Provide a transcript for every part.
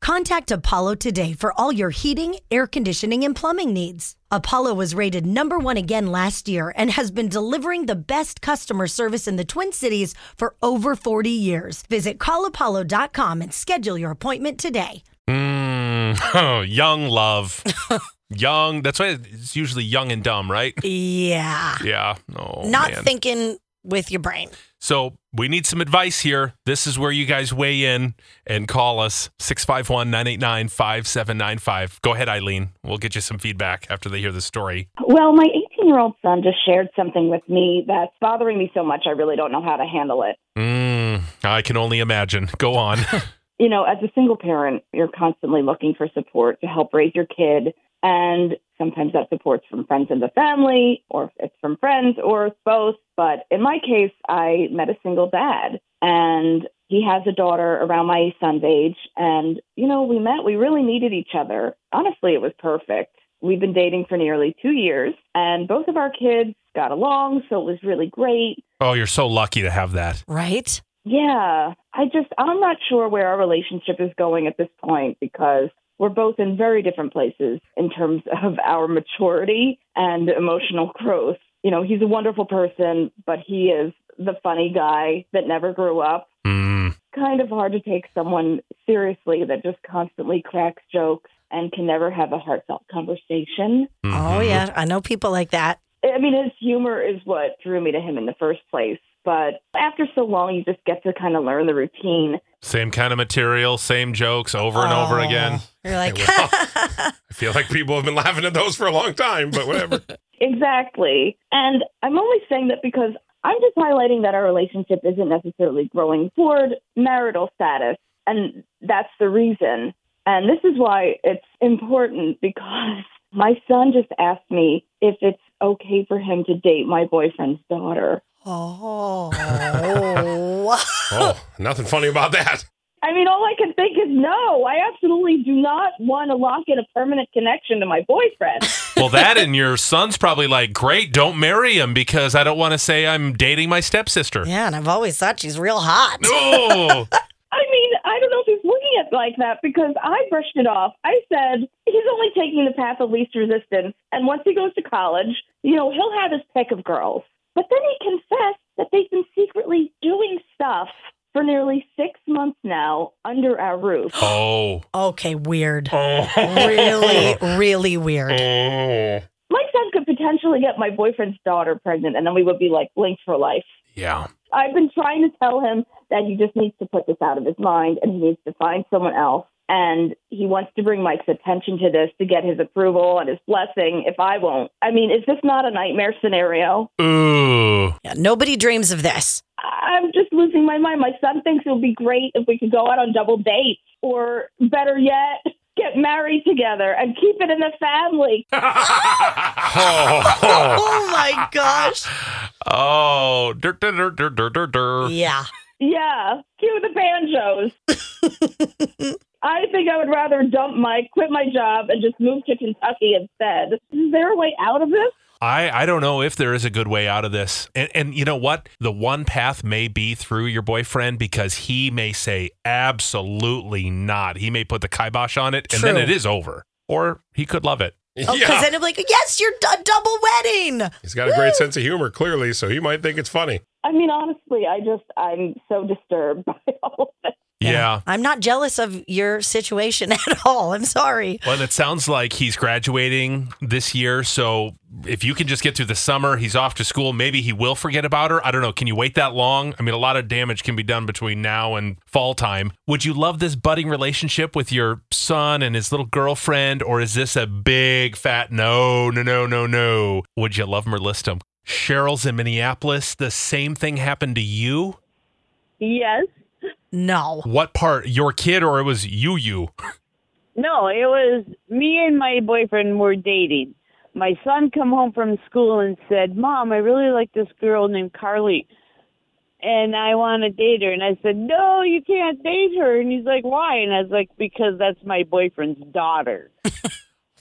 Contact Apollo today for all your heating, air conditioning, and plumbing needs. Apollo was rated number one again last year and has been delivering the best customer service in the Twin Cities for over 40 years. Visit callapollo.com and schedule your appointment today. Mm, oh, young love. young. That's why it's usually young and dumb, right? Yeah. Yeah. Oh, Not man. thinking with your brain. So we need some advice here. This is where you guys weigh in and call us 651 989 5795. Go ahead, Eileen. We'll get you some feedback after they hear the story. Well, my 18 year old son just shared something with me that's bothering me so much, I really don't know how to handle it. Mm, I can only imagine. Go on. You know, as a single parent, you're constantly looking for support to help raise your kid. And sometimes that support's from friends in the family, or it's from friends, or it's both. But in my case, I met a single dad, and he has a daughter around my son's age. And, you know, we met, we really needed each other. Honestly, it was perfect. We've been dating for nearly two years, and both of our kids got along, so it was really great. oh, you're so lucky to have that. Right? Yeah, I just, I'm not sure where our relationship is going at this point because we're both in very different places in terms of our maturity and emotional growth. You know, he's a wonderful person, but he is the funny guy that never grew up. Mm, Kind of hard to take someone seriously that just constantly cracks jokes and can never have a heartfelt conversation. Oh, mhm. yeah. I know people like that. I mean, his humor is what drew me to him in the first place. But after so long, you just get to kind of learn the routine. Same kind of material, same jokes over and over Oh, again. You're like, Well, I feel like people have been laughing at those for a long time, but whatever. Exactly. And I'm only saying that because I'm just highlighting that our relationship isn't necessarily growing toward marital status. And that's the reason. And this is why it's important because my son just asked me if it's okay for him to date my boyfriend's daughter. oh. Oh, nothing funny about that. I mean, all I can think is no, I absolutely do not want to lock in a permanent connection to my boyfriend. well, that and your son's probably like, great, don't marry him because I don't want to say I'm dating my stepsister. yeah, and I've always thought she's real hot. No. I mean, I don't know if he's looking at it like that because I brushed it off. I said he's only taking the path of least resistance, and once he goes to college, you know, he'll have his pick of girls. But then he confessed that they've been secretly doing stuff for nearly six months now under our roof. oh. Okay, weird. Oh. Really, really weird. Oh. My son could potentially get my boyfriend's daughter pregnant, and then we would be like linked for life. Yeah. I've been trying to tell him that he just needs to put this out of his mind and he needs to find someone else. And he wants to bring Mike's attention to this to get his approval and his blessing if I won't. I mean, is this not a nightmare scenario? Ooh. Yeah, nobody dreams of this. I- I'm just losing my mind. My son thinks it would be great if we could go out on double dates or better yet, get married together and keep it in the family. Oh my gosh. Oh. Dur, dur, dur, dur, dur, dur, dur. Yeah. Yeah, cue the banjos. I think I would rather dump Mike, quit my job, and just move to Kentucky instead. Is there a way out of this? I, I don't know if there is a good way out of this. And, and you know what? The one path may be through your boyfriend because he may say, absolutely not. He may put the kibosh on it and then True. it is over. Or he could love it. Oh, because then it'll be like, yes, you're a double wedding. He's got a great sense of humor, clearly, so he might think it's funny. I mean, honestly, I just, I'm so disturbed by all of this. yeah. I'm not jealous of your situation at all. I'm sorry. Well, and it sounds like he's graduating this year. So if you can just get through the summer, he's off to school. Maybe he will forget about her. I don't know. Can you wait that long? I mean, a lot of damage can be done between now and fall time. Would you love this budding relationship with your son and his little girlfriend? Or is this a big fat no, no, no, no, no? Would you love him or list him? Cheryl's in Minneapolis. The same thing happened to you. Yes. No. What part? Your kid, or it was you, you? No, it was me and my boyfriend were dating. My son come home from school and said, "Mom, I really like this girl named Carly, and I want to date her." And I said, "No, you can't date her." And he's like, "Why?" And I was like, "Because that's my boyfriend's daughter."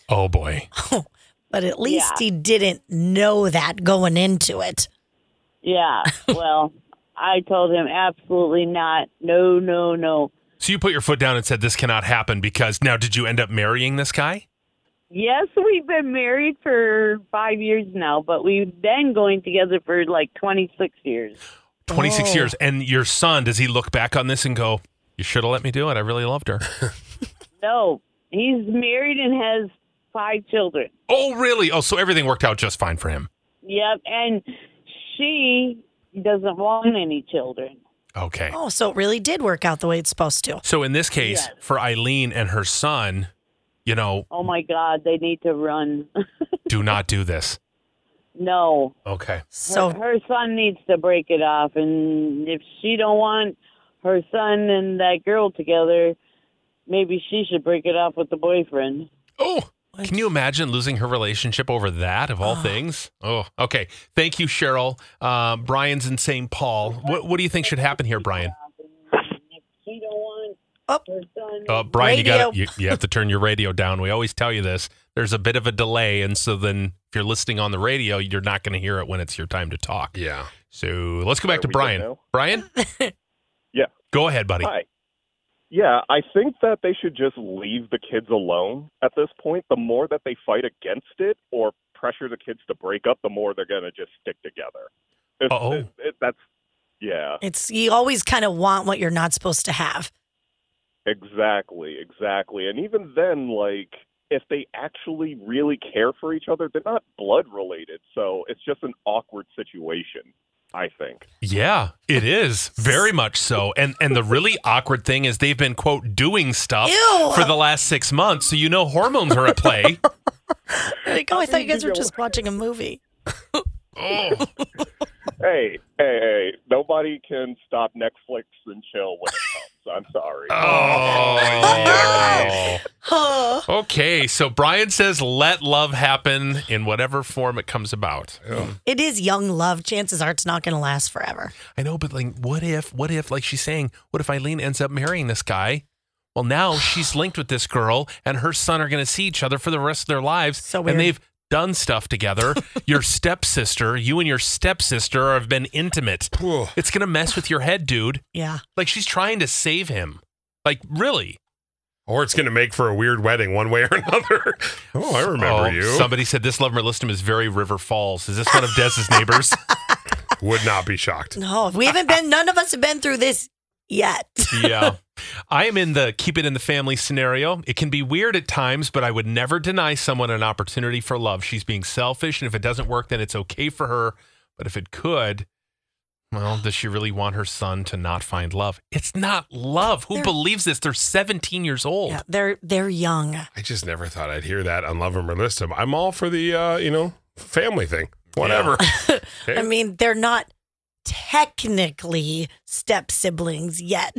Oh, boy. But at least he didn't know that going into it. Yeah. well, I told him absolutely not. No, no, no. So you put your foot down and said this cannot happen because now did you end up marrying this guy? Yes, we've been married for five years now, but we've been going together for like 26 years. 26 Oh. years. And your son, does he look back on this and go, you should have let me do it. I really loved her. No, he's married and has five children. oh, really? Oh, so everything worked out just fine for him. Yep, and she doesn't want any children. Okay. Oh, so it really did work out the way it's supposed to. So in this case, Yes. for Eileen and her son, you know, Oh my God, they need to run. do not do this. no, Okay. So her, her son needs to break it off, and if she don't want her son and that girl together, maybe she should break it off with the boyfriend. Oh, can you imagine losing her relationship over that of all things? Oh, okay. Thank you, Cheryl. Uh, Brian's in St. Paul. What, what do you think should happen here, Brian? If she don't want Oh. her son, Uh, Brian, you got you, Radio. you have to turn your radio down. We always tell you this. There's a bit of a delay, and so then if you're listening on the radio, you're not going to hear it when it's your time to talk. Yeah. So let's go back to Are we good Brian. now? Brian, Yeah. go ahead, buddy. Hi. Yeah, I think that they should just leave the kids alone at this point. The more that they fight against it or pressure the kids to break up, the more they're going to just stick together. It's- Uh-oh. it- it- that's yeah, it's you always kind of want what you're not supposed to have. exactly, exactly. And even then, like if they actually really care for each other, they're not blood related, so it's just an awkward situation. I think. Yeah, it is very much so. And and the really awkward thing is they've been quote doing stuff Ew. for the last six months, so you know hormones are at play. Like, oh, I thought you guys were just watching a movie. oh, Hey, hey, hey! Nobody can stop Netflix and chill when it comes. I'm sorry. Oh, yeah. Huh. Okay, so Brian says let love happen in whatever form it comes about. It is young love. Chances are it's not going to last forever. I know, but like, what if, what if, like she's saying, what if Eileen ends up marrying this guy? Well, now she's linked with this girl, and her son are going to see each other for the rest of their lives. So And weird. they've done stuff together. your stepsister, you and your stepsister have been intimate. Whew. It's going to mess with your head, dude. Yeah. Like, she's trying to save him. Like, really? Or it's going to make for a weird wedding one way or another. oh, I remember Oh, you. Somebody said this love listum is very River Falls. Is this one of Des's neighbors? Would not be shocked. No, we haven't been, none of us have been through this yet. yeah. I am in the keep it in the family scenario. It can be weird at times, but I would never deny someone an opportunity for love. She's being selfish, and if it doesn't work, then it's okay for her. But if it could, well, does she really want her son to not find love? It's not love. Who They're- believes this? They're 17 years old. Yeah, they're, they're young. I just never thought I'd hear that on Love 'em or List 'em. I'm all for the, uh, you know, family thing. Whatever. I mean, they're not technically step siblings yet,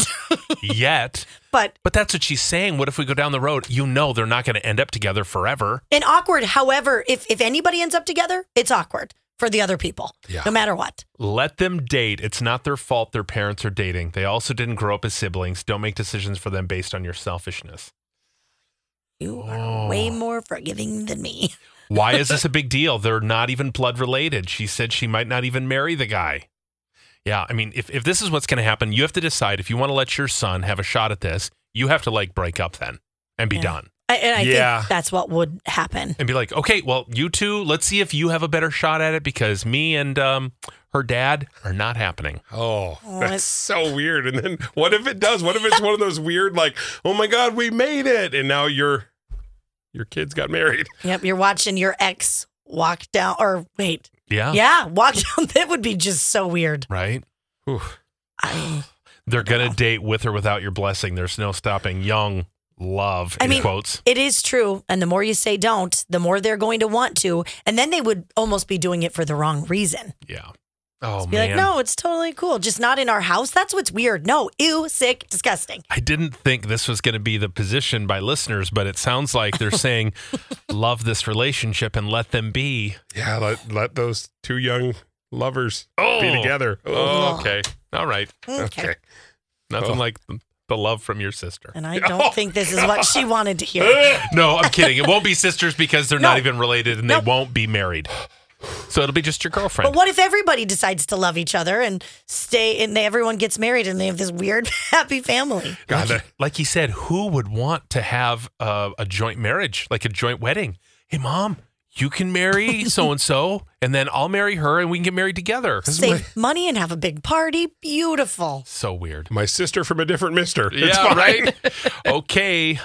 Yet, but but that's what she's saying. What if we go down the road? You know, they're not going to end up together forever. and awkward. However, if if anybody ends up together, it's awkward for the other people, Yeah. no matter what. Let them date. It's not their fault their parents are dating. They also didn't grow up as siblings. Don't make decisions for them based on your selfishness. You Oh. are way more forgiving than me. Why is this a big deal? They're not even blood related. She said she might not even marry the guy. Yeah, I mean, if, if this is what's going to happen, you have to decide if you want to let your son have a shot at this, you have to like break up then and be Yeah. done I, and I Yeah. think that's what would happen. and be like, okay, well, you two, let's see if you have a better shot at it because me and um, her dad are not happening. Oh, Oh, that's it's- so weird. And then what if it does? What if it's one of those weird, like, oh my God, we made it. And now your your kids got married. Yep, you're watching your ex walk down, or wait, Oh. Yeah. yeah, walk down. That would be just so weird. Right? Whew. I mean, They're going to date with or without your blessing. There's no stopping young love, I in mean- quotes. it is true, and the more you say don't, the more they're going to want to, and then they would almost be doing it for the wrong reason. Yeah. Oh, Be man. like, no, it's totally cool. Just not in our house. That's what's weird. No, ew, sick, disgusting. I didn't think this was going to be the position by listeners, but it sounds like they're saying, love this relationship and let them be. Yeah, let, let those two young lovers Oh, be together. Oh, okay. All right. Okay. Okay. Nothing Oh. like the love from your sister. And I don't Oh, think this is what she wanted to hear. No, I'm kidding. It won't be sisters because they're not No. even related and Nope. they won't be married. So it'll be just your girlfriend. But what if everybody decides to love each other and stay and they, everyone gets married and they have this weird happy family? God, like, like he said, who would want to have a, a joint marriage, like a joint wedding? Hey, mom, you can marry so and so, and then I'll marry her, and we can get married together. Save money and have a big party. Beautiful. So weird. My sister from a different mister. It's yeah, fine. right? okay.